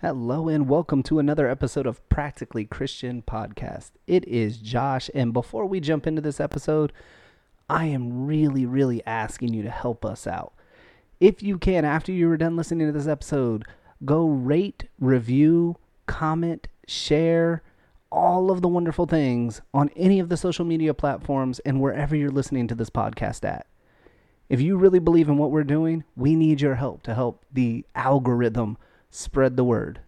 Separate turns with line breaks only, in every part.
Hello and welcome to another episode of Practically Christian Podcast. It is Josh, and before we jump into this episode, I am really, really asking you to help us out. If you can, after you are done listening to this episode, go rate, review, comment, share all of the wonderful things on any of the social media platforms and wherever you're listening to this podcast at. If you really believe in what we're doing, we need your help to help the algorithm spread the word.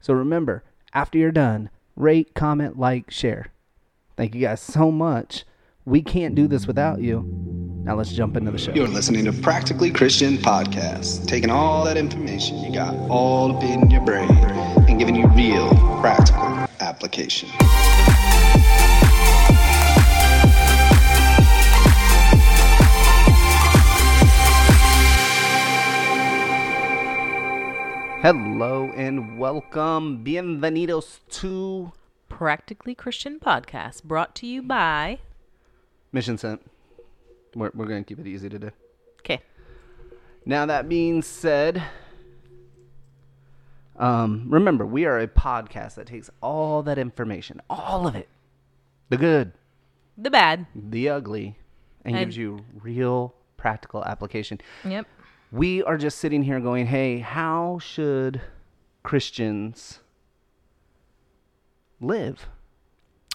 So remember, after you're done, rate, comment, like, share. Thank you guys so much. We can't do this without you. Now let's jump into the show.
You're listening to Practically Christian Podcast, taking all that information you got all up in your brain and giving you real, practical application.
Hello and welcome. Bienvenidos to
Practically Christian podcast brought to you by.
Mission Sent. We're, we're going to keep it easy today.
Okay.
Now that being said, um, remember we are a podcast that takes all that information, all of it, the good,
The bad.
the ugly, and
And-
gives you real practical application.
Yep.
We are just sitting here going, "Hey, how should Christians live?"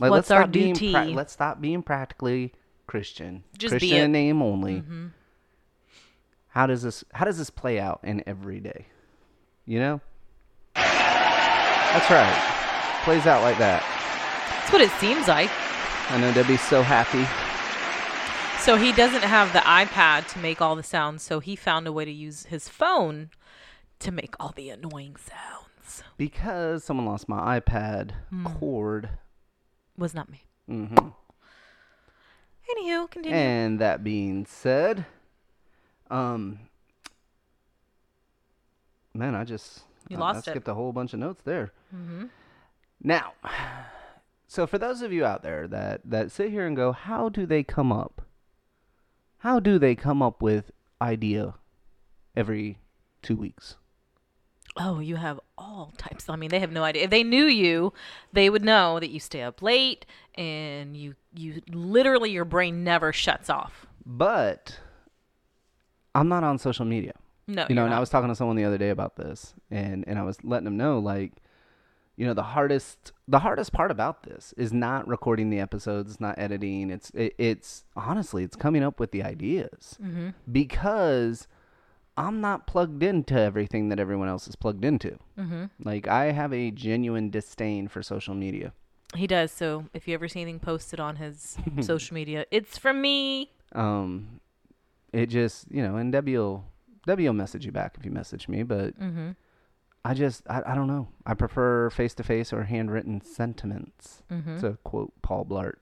Like,
What's our
being
duty?
let's stop being practically Christian,
Just be Mm-hmm.
Christian
it.
in name only. How does this How does this play out in every day? You know, that's right. Plays out like that.
That's what it seems like.
I know Debbie's so happy.
So he doesn't have the iPad to make all the sounds, so he found a way to use his phone to make all the annoying sounds.
because someone lost my iPad
Hmm.
cord,
Was not me. Mm-hmm. Anywho, continue.
and that being said, um, man, I just
You
I,
lost
I
it. Mm-hmm.
skipped a whole bunch of notes there. Now, so for those of you out there that that sit here and go, how do they come up? How do they come up with idea every two weeks?
oh, you have all types. I mean, they have no idea. If they knew you, they would know that you stay up late and you you literally your brain never shuts off.
But I'm not on social media.
No,
you know,
you're
and I
not.
was talking to someone the other day about this, and and I was letting them know like, you know, the hardest the hardest part about this is not recording the episodes, it's not editing. It's it, it's honestly, it's coming up with the ideas because I'm not plugged into everything that everyone else is plugged into. Mm-hmm. Like I have a genuine disdain for social media.
He does. So if you ever see anything posted on his social media, it's from me.
um it just you know and debbie will debbie will message you back if you message me but
Mm-hmm.
i just I, I don't know i prefer face-to-face or handwritten sentiments
Mm-hmm.
to quote paul blart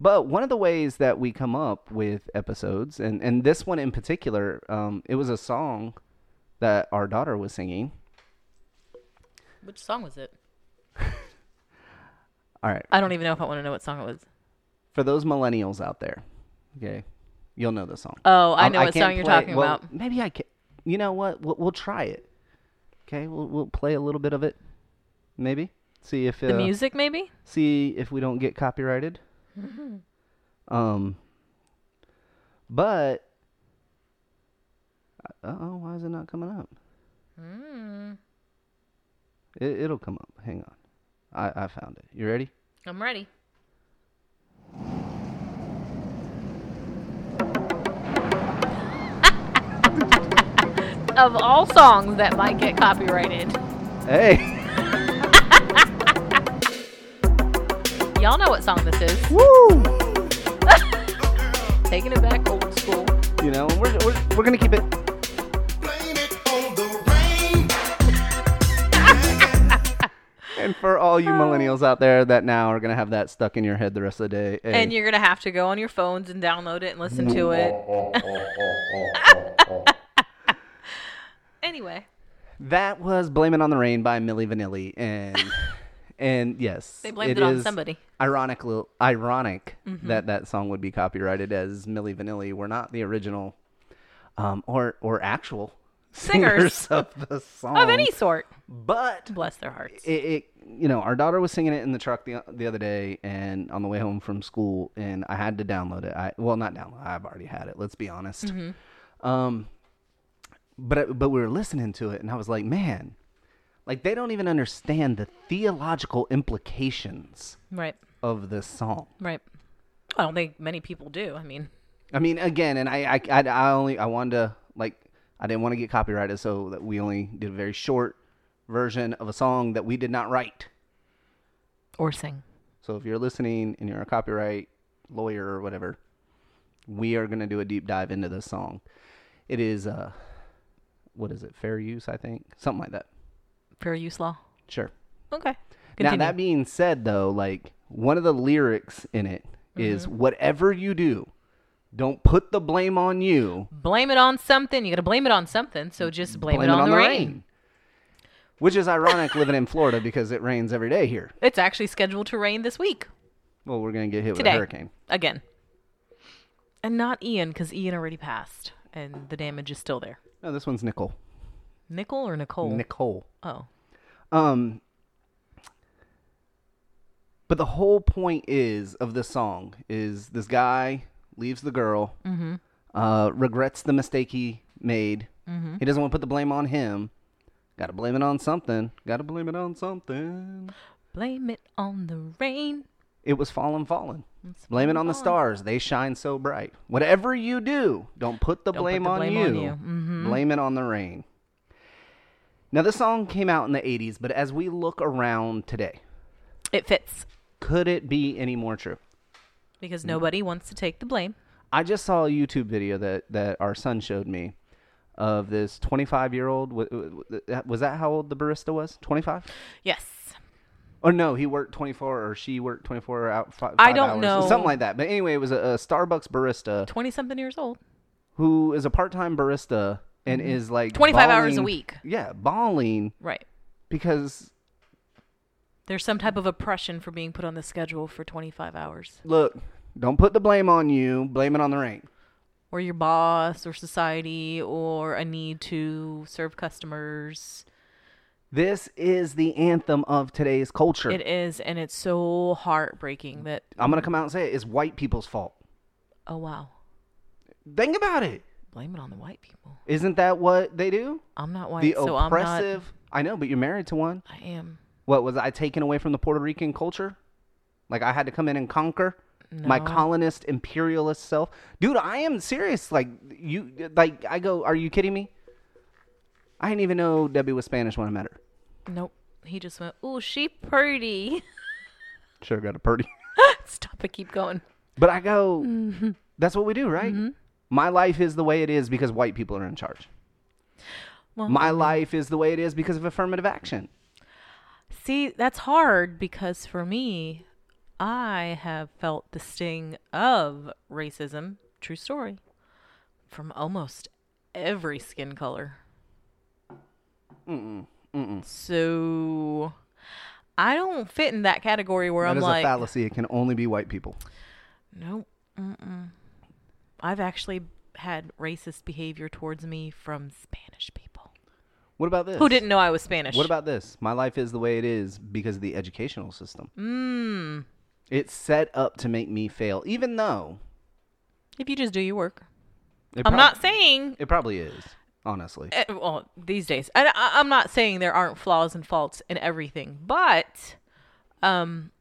but one of the ways that we come up with episodes and and this one in particular um it was a song that our daughter was singing
Which song was it?
all right
I don't even know if I want to know what song it was.
for those millennials out there okay you'll know the song
Oh, I
Um,
know what
can't
song you're
play-
talking
well,
about.
Maybe I can. You know what? We'll, we'll try it. Okay, we'll we'll play a little bit of it. Maybe see if uh,
The music, maybe.
see if we don't get copyrighted. um. But oh, why is it not coming up?
Hmm,
It, it'll come up. Hang on, I I found it. You ready?
I'm ready. of all songs that might get copyrighted,
Hey,
y'all know what song this is.
woo!
Taking it back old school.
You know we're we're we're gonna keep it.
Blame it on the rain.
And for all you millennials out there that now are gonna have that stuck in your head the rest of the day, hey,
And you're gonna have to go on your phones and download it and listen to it. anyway,
that was "Blame It on the Rain" by Milli Vanilli, and and yes,
They blamed it on
is
somebody. Mm-hmm.
Ironically, ironic that that song would be copyrighted as Milli Vanilli. We're not the original, um, or or actual
Singers.
of the song
of any sort.
But
Bless their hearts.
Um, it, it you know our daughter was singing it in the truck the, the other day and on the way home from school and i had to download it i well not download i've already had it let's be honest um but I- but we were listening to it and i was like man like they don't even understand the theological implications
Right.
of this song
Right. I don't think many people do. I mean,
I mean, again, and I, I, I, I only, I wanted to like, I didn't want to get copyrighted, so that we only did a very short version of a song that we did not write.
or sing.
So if you're listening and you're a copyright lawyer or whatever, we are gonna do a deep dive into this song. It is, uh, what is it? Fair use, I think, something like that.
Fair use law.
Sure.
Okay. Continue.
Now that being said, though, like one of the lyrics in it is
Mm-hmm.
whatever you do, don't put the blame on you.
blame it on something. You got to blame it on something. So just blame, it, on the, rain.
Which is ironic living in Florida because it rains every day here.
It's actually scheduled to rain this week
Well, we're going to get hit
today.
with a hurricane.
Again. And not Ian because Ian already passed and the damage is still there.
No, this one's Nicole.
Nickel or Nicole?
Nicole.
oh.
Um But the whole point is of this song is this guy leaves the girl,
Mm-hmm.
uh, regrets the mistake he made.
Mm-hmm.
He doesn't want to put the blame on him. Got to blame it on something. Got to blame it on something.
Blame it on the rain.
It was fallen, fallen. Blame it on the stars. They shine so bright. Whatever you do, don't put the,
Don't put
blame,
the
on
blame
you.
on you. Mm-hmm.
Blame it on the rain. Now, this song came out in the 80s, but as we look around today,
It fits
could it be any more true?
because
Mm-hmm.
nobody wants to take the blame.
I just saw a YouTube video that, that our son showed me of this 25 year old. Was that how old the barista was? 25?
Yes.
Or no, he worked 24 or she worked 24 out fi- five
I don't
hours,
know.
Something like that. But anyway, it was a, a Starbucks barista
20 something years old.
who is a part-time barista and is like
25 Mm-hmm. hours a
bawling-
week.
Yeah, bawling
Right.
because
There's some type of oppression for being put on the schedule for 25 hours,
look, don't put the blame on you. Blame it on the rain.
or your boss, or society, or a need to serve customers.
This is the anthem of today's culture.
It is, and it's so heartbreaking that,
I'm gonna come out and say it. It's white people's fault.
oh wow,
Think about it.
blame it on the white people.
Isn't that what they do?
I'm not white,
The
so
oppressive. I know, but you're married to one.
I'm not. I am.
What was I taken away from the Puerto Rican culture? Like I had to come in and conquer my
No.
colonist imperialist self. Dude, I am serious. Like you like I go, are you kidding me? I didn't even know Debbie was Spanish when I met her.
Nope. He just went, oh, she pretty.
Sure got a purdy.
Stop it. Keep going.
But I go,
Mm-hmm.
that's what we do, right? My life is the way it is because white people are in charge.
Well-
my life is the way it is because of affirmative action.
See, that's hard because for me, I have felt the sting of racism, true story, from almost every skin color. Mm-mm, mm-mm. So I don't fit in that category where
That
I'm
is
like,
a fallacy. It can only be white people.
nope. Mm-mm. I've actually had racist behavior towards me from Spanish people
What about this?
who didn't know I was Spanish.
What about this? My life is the way it is because of the educational system.
Mm.
It's set up to make me fail, even though
If you just do your work,
it
I'm
prob-
not saying
It probably is, honestly.
eh, well these days I, I, i'm not saying there aren't flaws and faults in everything but um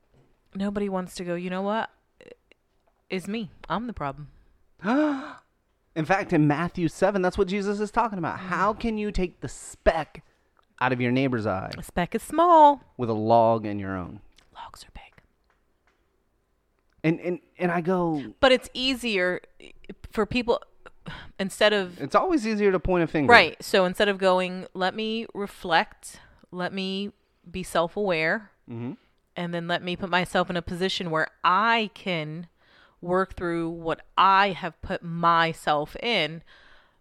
nobody wants to go you know what it's me i'm the problem
In fact, in Matthew seven, that's what Jesus is talking about.
Hmm.
How can you take the speck out of your neighbor's eye
the speck is small
with a log in your own?
logs are big
And and and I go,
but it's easier eh, for people instead of
it's always easier to point a finger,
Right. So instead of going, let me reflect, let me be self aware,
Mm-hmm.
and then let me put myself in a position where I can work through what I have put myself in.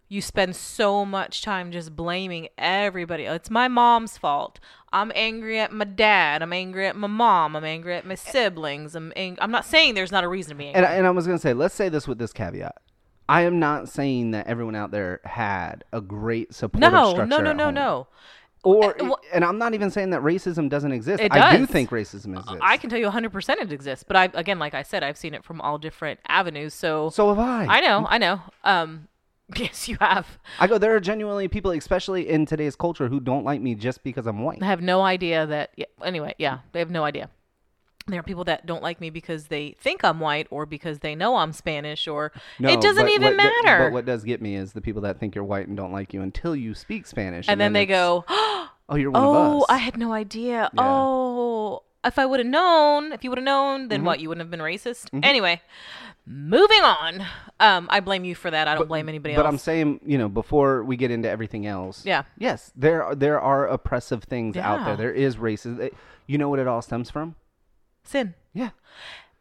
You spend so much time just blaming everybody. It's my mom's fault. I'm angry at my dad. I'm angry at my mom. I'm angry at my siblings. I'm ang- I'm not saying there's not a reason to be angry.
And I, and I was gonna say, let's say this with this caveat. I am not saying that everyone out there had a great supportive
No,
structure.
no, no,
at
no,
home.
no.
Or,
Eh, well-
and I'm not even saying that racism doesn't exist.
It
I do
does.
think racism exists.
I can tell you 100% it exists, but I again, like I said, I've seen it from all different avenues. So,
So have I.
I know, I know. Um, yes, you have.
I go, there are genuinely people, especially in today's culture, who don't like me just because I'm white.
They have no idea that. Yeah, anyway, yeah, they have no idea. There are people that don't like me because they think I'm white or because they know I'm Spanish or it doesn't
but
even
what do-
matter.
but what does get me is the people that think you're white and don't like you until you speak Spanish.
and then, they
it's,
go,
"Oh, you're one of
"Oh,
us."
I had no idea. Oh, if I would have known, if you would have known,
Mm-hmm.
then what? You wouldn't have been racist." Anyway, moving on. Um, I blame you for that. I don't blame anybody
but
else.
I'm saying, you know, before we get into everything else,
Yeah.
yes, there are, there are oppressive things out there.
Yeah.
There is racism. It- You know what it all stems from?
Sin.
Yeah,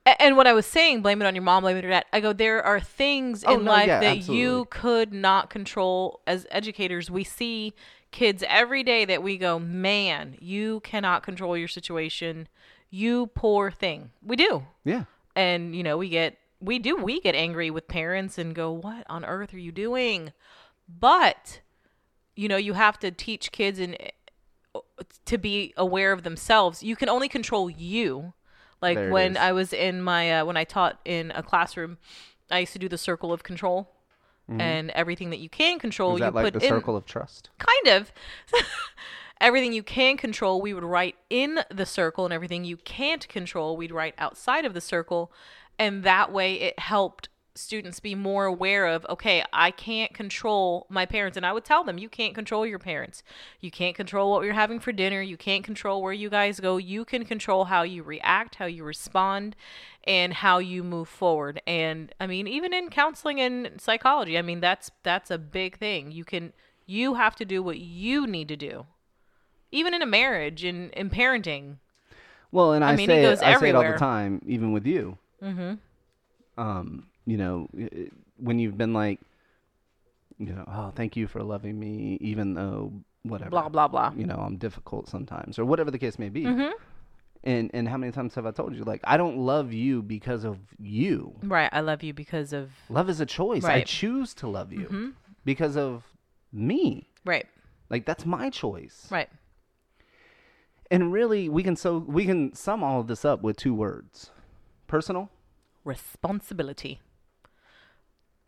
A- And what I was saying, blame it on your mom, blame it on your dad. I go, there are things
Oh,
in
no,
life
yeah,
that
absolutely.
you could not control. As educators, we see kids every day that we go, man, you cannot control your situation. You poor thing. We do.
yeah.
And, you know, we get, we do, we get angry with parents and go, what on earth are you doing? But, you know, you have to teach kids and eh, to be aware of themselves. You can only control you. Like
There it
when
is.
I was in my uh, when I taught in a classroom, I used to do the circle of control, and everything that you can control,
Is
you
Mm-hmm. that like
put
the
in
circle of trust?
kind of everything you can control we would write in the circle and everything you can't control we'd write outside of the circle and that way it helped students be more aware of okay i can't control my parents and i would tell them you can't control your parents you can't control what you're having for dinner you can't control where you guys go you can control how you react how you respond and how you move forward and i mean even in counseling and psychology i mean that's that's a big thing you can you have to do what you need to do, even in a marriage and in parenting.
Well, and I,
mean, it
say
goes
I say it all
everywhere.
the time, even with you. Mm-hmm. Um, you know, i- i- when you've been like, you know, oh, thank you for loving me, even though whatever,
Blah Mm-hmm. blah blah.
you know, I'm difficult sometimes, or whatever the case may be. And and how many times have I told you, like, I don't love you because of you.
Right. I love you because of
Love is a choice. I
Right. Mm-hmm.
choose to love you because of me.
right,
Like that's my choice.
right.
And really, we can so we can sum all of this up with two words: personal
Responsibility.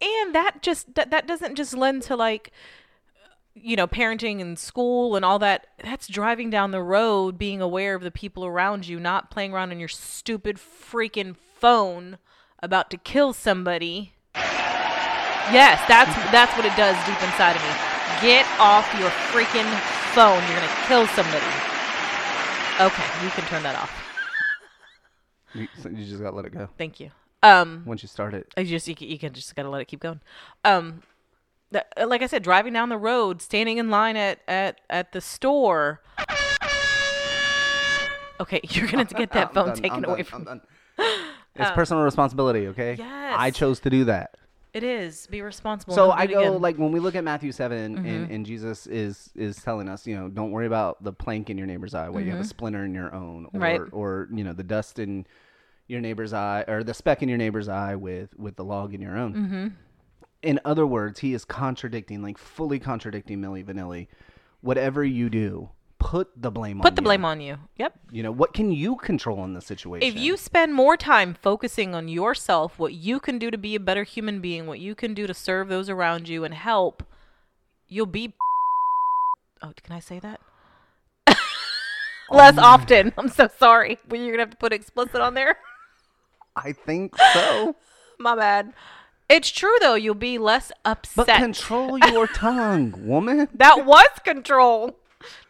And that just that that doesn't just lend to like you know parenting and school and all that that's driving down the road being aware of the people around you not playing around on your stupid freaking phone about to kill somebody Yes, that's that's what it does deep inside of me. Get off your freaking phone. You're gonna kill somebody. Okay, you can turn that off.
You, so you just gotta let it go.
Thank you. Um,
Once you start it,
I just you, c- you can just gotta let it keep going. Um, that, like I said, driving down the road, standing in line at at at the store. Okay, you're gonna have to get that phone taken away from. Oh.
done. It's personal responsibility, okay? I
yes.
chose to do that.
It is be responsible.
so I
and don't do it
go
again. Mm-hmm.
like when we look at Matthew 7 and, and Jesus is is telling us, you know, don't worry about the plank in your neighbor's eye, where you have a splinter in your own, or
Mm-hmm. Right.
or you know the dust in your neighbor's eye, or the speck in your neighbor's eye with with the log in your own.
Mm-hmm.
In other words, he is contradicting, like fully contradicting Millie Vanilli. Whatever you do, put the blame on
put the
you.
blame on you. Yep.
You know, what can you control in the situation?
If you spend more time focusing on yourself, what you can do to be a better human being, what you can do to serve those around you and help, you'll be. Oh, can I say that?
Oh,
Less often. I'm so sorry. But you're going to have to put explicit on there.
I think so.
My bad. It's true, though. You'll be less upset.
But control your tongue, woman.
That was control.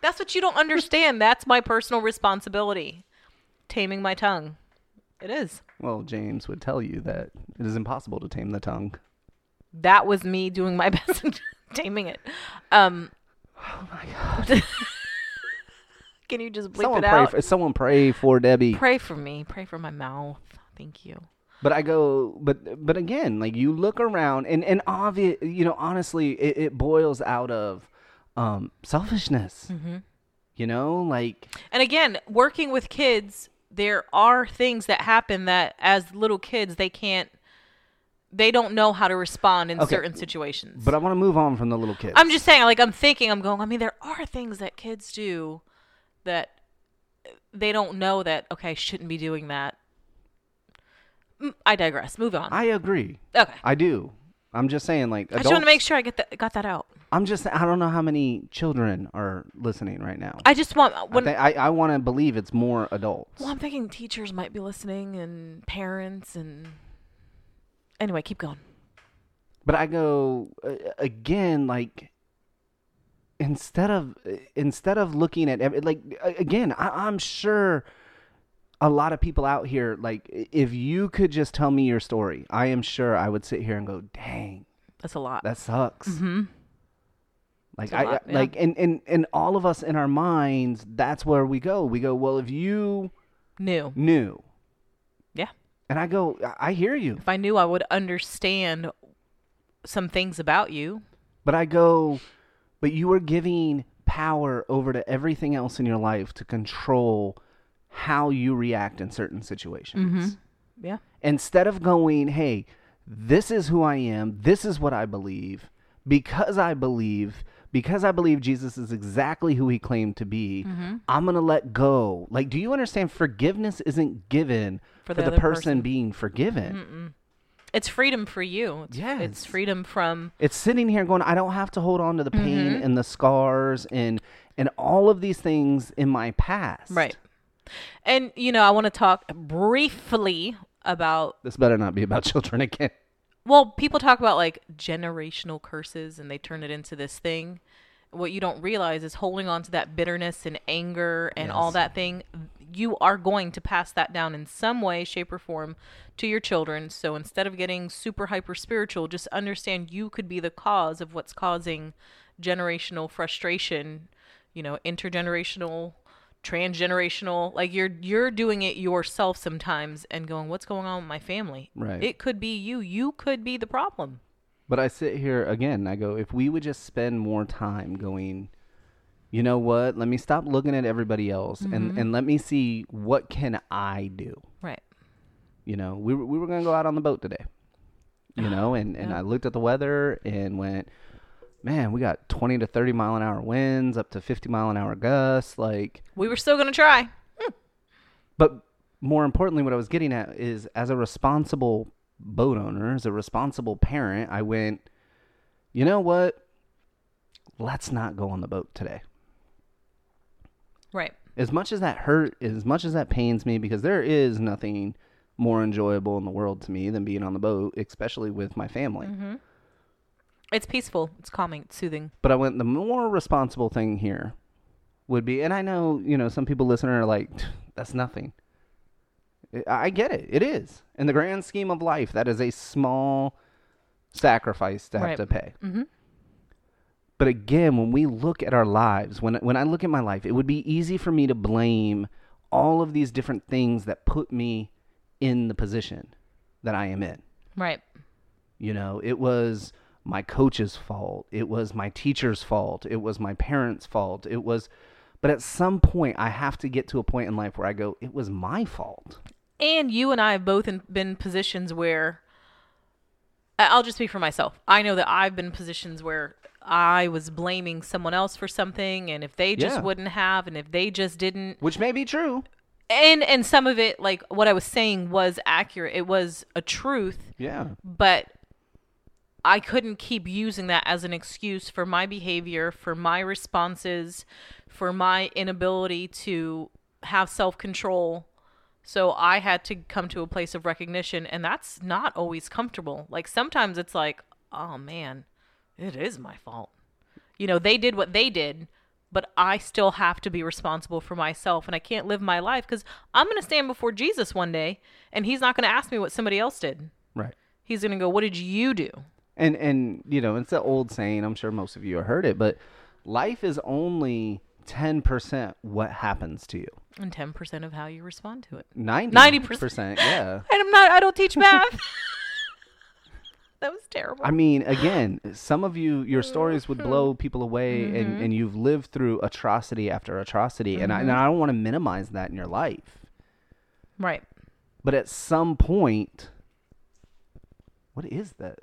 That's what you don't understand. That's my personal responsibility. Taming my tongue. It is.
Well, James would tell you that it is impossible to tame the tongue.
that was me doing my best and taming it. Um, oh my god! can you just bleep
Someone
it
pray
out?
for someone pray for Debbie.
pray for me. Pray for my mouth. Thank you.
But I go, but but again, like you look around, and and obvious, you know, honestly, it, it boils out of um, selfishness.
Mm-hmm.
You know, like
And again, working with kids, there are things that happen that as little kids they can't they don't know how to respond in
Okay.
certain situations.
But I want to move on from the little kids.
I'm just saying, like I'm thinking, I'm going. I mean, there are things that kids do that they don't know that okay I shouldn't be doing that. Mm, I digress. Move on.
I agree.
okay.
I do. I'm just saying, like,
I
adults,
just want to make sure I get that got that out.
I'm just. I don't know how many children are listening right now.
I just want uh,
I,
when
thi- I, I want to believe it's more adults.
well I'm thinking teachers might be listening and parents and anyway keep going.
but I go uh, again, like instead of instead of looking at ev- like a- again, I, I'm sure a lot of people out here like i- if you could just tell me your story, I am sure I would sit here and go, dang,
That's a lot.
that sucks. Mm-hmm. Like
a
I
lot, yeah.
like and, and and all of us in our minds, that's where we go. We go, well, if you
New.
knew,
Yeah.
and I go, I- I hear you.
If I knew I would understand some things about you,
But I go, but you are giving power over to everything else in your life to control how you react in certain
Mm-hmm.
situations.
yeah.
Instead of going, hey, this is who I am, this is what I believe, because I believe, because I believe Jesus is exactly who he claimed to be,
Mm-hmm.
I'm going to let go. Like, do you understand? Forgiveness isn't given for
For
the,
the other
person,
person. Mm-hmm.
being forgiven.
It's freedom for you. It's,
Yes.
It's freedom from
it's sitting here going i don't have to hold on to the pain and the scars and and all of these things in my past
Right. And you know, I want to talk briefly about
this better not be about children again
well, people talk about like generational curses and they turn it into this thing. What you don't realize is holding on to that bitterness and anger and all that thing, you are going to pass that down in some way, shape, or form to your children. So instead of getting super hyper spiritual, just understand you could be the cause of what's causing generational frustration, you know, intergenerational transgenerational like you're you're doing it yourself sometimes and going what's going on with my family
Right.
it could be you you could be the problem
but i sit here again and i go if we would just spend more time going you know what let me stop looking at everybody else and and let me see what can i do
right
you know we were, we were going to go out on the boat today you know and and i looked at the weather and went man we got 20 to 30 mile an hour winds up to 50 mile an hour gusts like
we were still gonna try
But more importantly, what I was getting at is as a responsible boat owner, as a responsible parent, I went, you know what? Let's not go on the boat today.
right
As much as that hurt, as much as that pains me, because there is nothing more enjoyable in the world to me than being on the boat, especially with my family.
it's peaceful it's calming it's soothing
But I went, the more responsible thing here would be, and I know, you know, some people listening are like, that's nothing. I I get it. It is. In the grand scheme of life, that is a small sacrifice to have
Right.
to pay. Mm-hmm. But again, when we look at our lives, when, when I look at my life, it would be easy for me to blame all of these different things that put me in the position that I am in.
right
You know, it was my coach's fault. It was my teacher's fault. It was my parents' fault. It was, but at some point, I have to get to a point in life where I go, it was my fault.
and you and i have both in, been in positions where I- i'll just speak for myself i know that i've been in positions where i was blaming someone else for something and if they just
Yeah.
wouldn't have and if they just didn't
Which may be true.
and and some of it like what i was saying was accurate it was a truth
Yeah.
but I couldn't keep using that as an excuse for my behavior, for my responses, for my inability to have self control. So I had to come to a place of recognition, and that's not always comfortable. Like sometimes it's like, oh man, it is my fault. You know, they did what they did, but I still have to be responsible for myself, and I can't live my life because I'm going to stand before Jesus one day, and he's not going to ask me what somebody else did.
Right.
He's gonna go, What did you do?
And, and, you know, it's the old saying, I'm sure most of you have heard it, but life is only 10% what happens to you.
And ten percent of how you respond to it.
90%.
90%.
Yeah.
And I'm not I don't teach math. that was terrible.
I mean, again, some of you, your stories would blow people away,
Mm-hmm.
and, and you've lived through atrocity after atrocity. And, I, and I don't want to minimize that in your life.
right.
But at some point, What is that?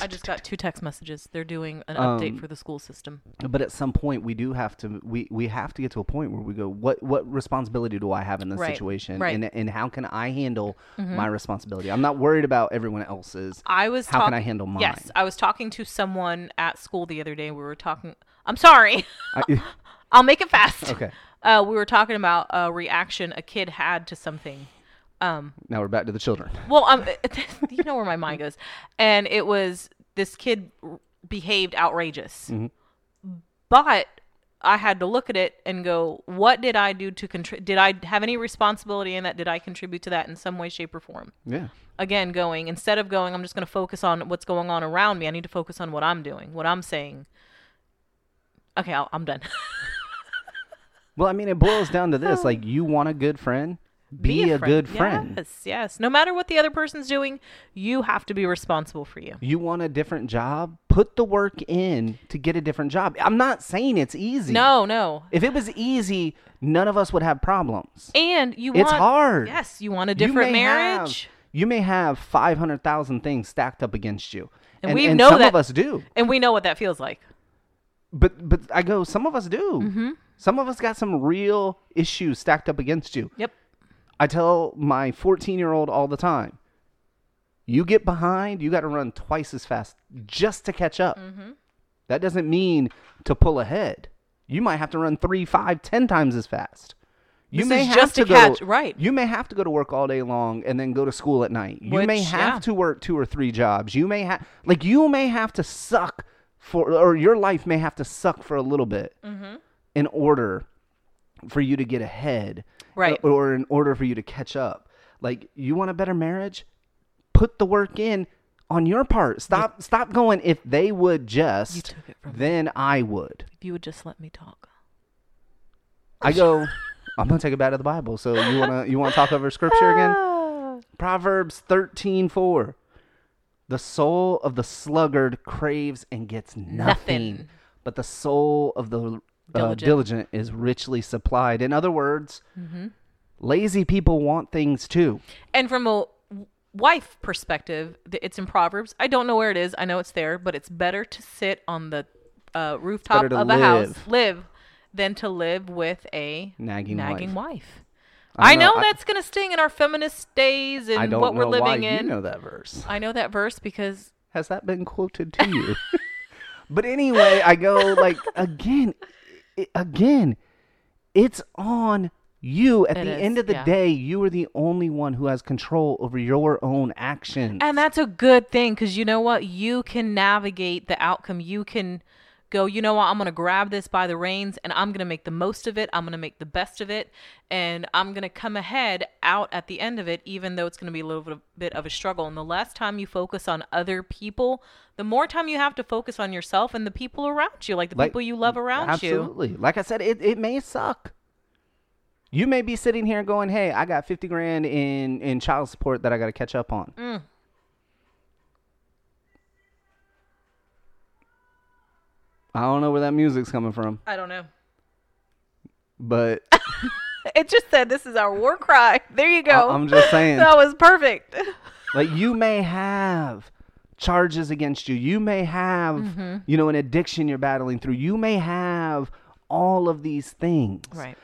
I just got two text messages. They're doing an
Um,
update for the school system.
But at some point, we do have to we we have to get to a point where we go, what what responsibility do I have in this
Right,
situation,
right. Mm-hmm.
and and how can I handle my responsibility? I'm not worried about everyone else's.
I was
how can I
talking-
handle mine?
Yes, I was talking to someone at school the other day. We were talking. I'm sorry.
I-
I'll make it fast.
Okay.
Uh, we were talking about a reaction a kid had to something.
now we're back to the children.
Well, um, you know where my mind goes, and it was this kid r- behaved outrageous,
Mm-hmm.
but I had to look at it and go, "What did I do to contribute? Did I have any responsibility in that? Did I contribute to that in some way, shape, or form?"
Yeah.
again going instead of going i'm just going to focus on what's going on around me i need to focus on what i'm doing what i'm saying okay I'll, i'm done
Well, I mean, it boils down to this: like, you want a good friend, be, a,
friend.
good friend.
yes yes no matter what the other person's doing you have to be responsible for you
You want a different job, put the work in to get a different job. I'm not saying it's easy.
no no
If it was easy, none of us would have problems.
and you
It's
want
hard.
yes you want a
You
different
may have-
marriage
you may have 500,000 things stacked up against you.
And we know
some
that-
of us do.
and we know what that feels like
But but I go, some of us do.
Mm-hmm.
Some of us got some real issues stacked up against you.
yep
I tell my 14 year old all the time you get behind, you got to run twice as fast just to catch up.
Mm-hmm.
That doesn't mean to pull ahead. You might have to run three, five, ten times as fast. You
This
may
is
have
just
to,
to
go,
catch- right.
You may have to go to work all day long and then go to school at night. You may
Which,
have
yeah.
to work two or three jobs. You may have, like, you may have to suck for, or your life may have to suck for a little bit in order for you to get ahead uh,
Right.
or or in order for you to catch up like you want a better marriage put the work in on your part stop stop going if they would just
took it from me.
then i would
if you would just let me talk
i go i'm gonna take it back to the bible so you wanna you wanna talk over scripture again proverbs thirteen four. the soul of the sluggard craves and gets nothing,
Nothing.
but the soul of the uh,
Diligent.
diligent is richly supplied in other words
Mm-hmm.
lazy people want things too
And from a w- wife perspective, th- it's in Proverbs. I don't know where it is. I know it's there, but it's better to sit on the uh, rooftop
better to
of a house,
live.
live, than to live with a
Nagging
wife. I know,
know- I-
that's going to sting in our feminist days
I
and
don't
what
know
we're living
why you
in.
know that verse.
I know that verse because
Has that been quoted to you? but anyway, I go like again, i- again, it's on you. At
It
the
is,
end of the
yeah.
day, you are the only one who has control over your own actions.
And that's a good thing because you know what? You can navigate the outcome. You can go, you know what? I'm going to grab this by the reins and I'm going to make the most of it. I'm going to make the best of it. And I'm going to come ahead out at the end of it, even though it's going to be a little bit- bit of a struggle. And the less time you focus on other people, the more time you have to focus on yourself and the people around you, like the
Like-
people you love around you.
Absolutely. Like I said, it, it may suck. You may be sitting here going, "Hey, I got fifty grand in in child support that I got to catch up on."
Mm.
I don't know where that music's coming from,
I don't know.
but
It just said this is our war cry. There you go.
I'm just saying.
that was perfect.
like you may have charges against you you may have
Mm-hmm.
you know an addiction you're battling through you may have all of these things
Right.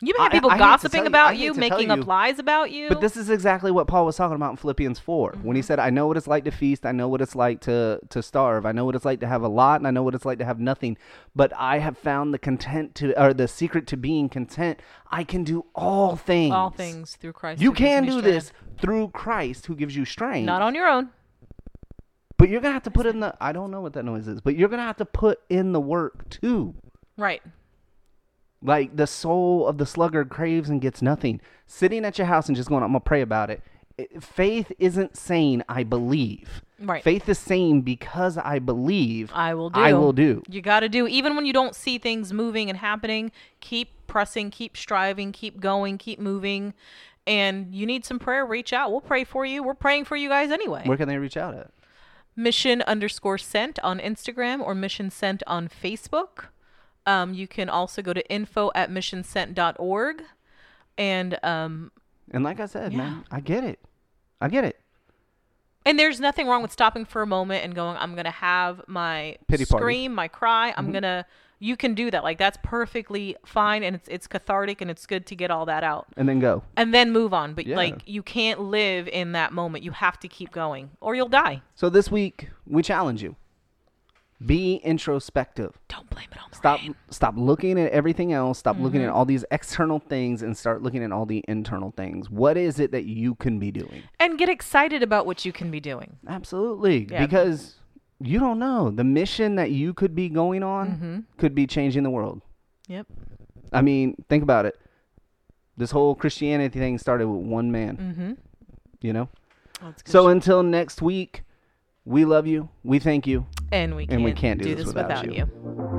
You
I-
may have people
I hate to tell
gossiping
you- I
about
hate
you,
to tell
making
you,
up lies about you.
but this is exactly what paul was talking about in philippians 4 when he
Mm-hmm.
said i know what it's like to feast i know what it's like to to starve i know what it's like to have a lot and i know what it's like to have nothing but i have found the content to or the secret to being content i can do all things
all things through Christ.
you
who gives
can
me
do
strength.
this through christ who gives you strength
not on your own.
But you're gonna have to put in the I don't know what that noise is, but you're gonna have to put in the work too.
Right.
Like the soul of the sluggard craves and gets nothing. Sitting at your house and just going, I'm gonna pray about it. It- Faith isn't saying I believe.
Right.
Faith is saying because I believe
I will do.
I will do.
You got to do even when you don't see things moving and happening, keep pressing, keep striving, keep going, keep moving. And you need some prayer, reach out. We'll pray for you. We're praying for you guys anyway.
Where can they reach out at?
mission underscore sent on Instagram or mission sent on Facebook. Um, you can also go to info at missionsent.org. And um,
And like I said, man, I get it. I get it.
And there's nothing wrong with stopping for a moment and going, I'm gonna have my
Pity party. Mm-hmm.
scream, my cry. I'm gonna. You can do that. Like that's perfectly fine, and it's it's cathartic, and it's good to get all that out,
and then go.
and then move on. But
Yeah.
like you can't live in that moment. You have to keep going, or you'll die.
So this week we challenge you: be introspective.
Don't blame it on the
Stop.
rain.
Stop looking at everything else. Stop looking at all these external things and start looking at all the internal things. What is it that you can be doing?
and get excited about what you can be doing.
Absolutely,
Yeah.
because you don't know the mission that you could be going on could be changing the world.
Yep.
I mean, think about it. This whole Christianity thing started with one man. Mm-hmm. You know.
That's good
So
shit.
until next week, we love you. We thank you.
and we can't,
and we can't do
do
this
this
without
without,
you.
you.